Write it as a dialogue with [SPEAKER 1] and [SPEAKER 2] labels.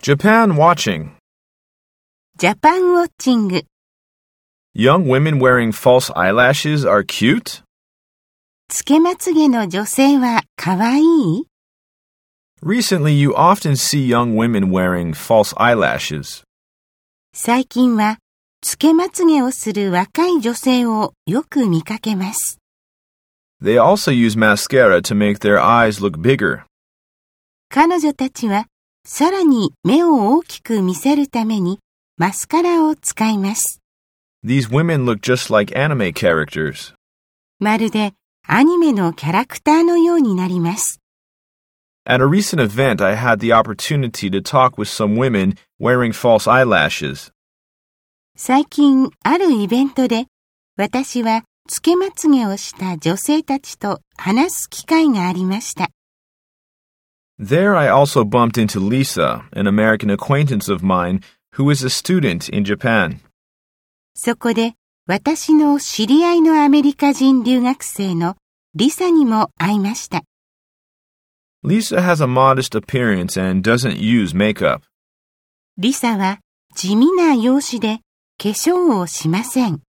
[SPEAKER 1] Japan watching.
[SPEAKER 2] ジャパンウォッチング
[SPEAKER 1] Young women wearing false eyelashes are cute.
[SPEAKER 2] つけまつげの女性はかわいい
[SPEAKER 1] Recently, you often see young women wearing false eyelashes.
[SPEAKER 2] 最近はつけまつげをする若い女性をよく見かけます。
[SPEAKER 1] They also use mascara to make their eyes look bigger.
[SPEAKER 2] 彼女たちはさらに目を大きく見せるためにマスカラを使います。
[SPEAKER 1] These women look just like anime characters.
[SPEAKER 2] まるでアニメのキャラクターのようになります。
[SPEAKER 1] At a recent event, I had the opportunity to talk with some women wearing false eyelashes.
[SPEAKER 2] 最近あるイベントで私はつけまつげをした女性たちと話す機会がありました。
[SPEAKER 1] There, I also bumped into Lisa, an American acquaintance of mine who is a student in Japan.
[SPEAKER 2] そこで私の知り合いのアメリカ人留学生のリサにも会いました。
[SPEAKER 1] Lisa has a modest appearance and doesn't use makeup.
[SPEAKER 2] リサは地味な容姿で化粧をしません。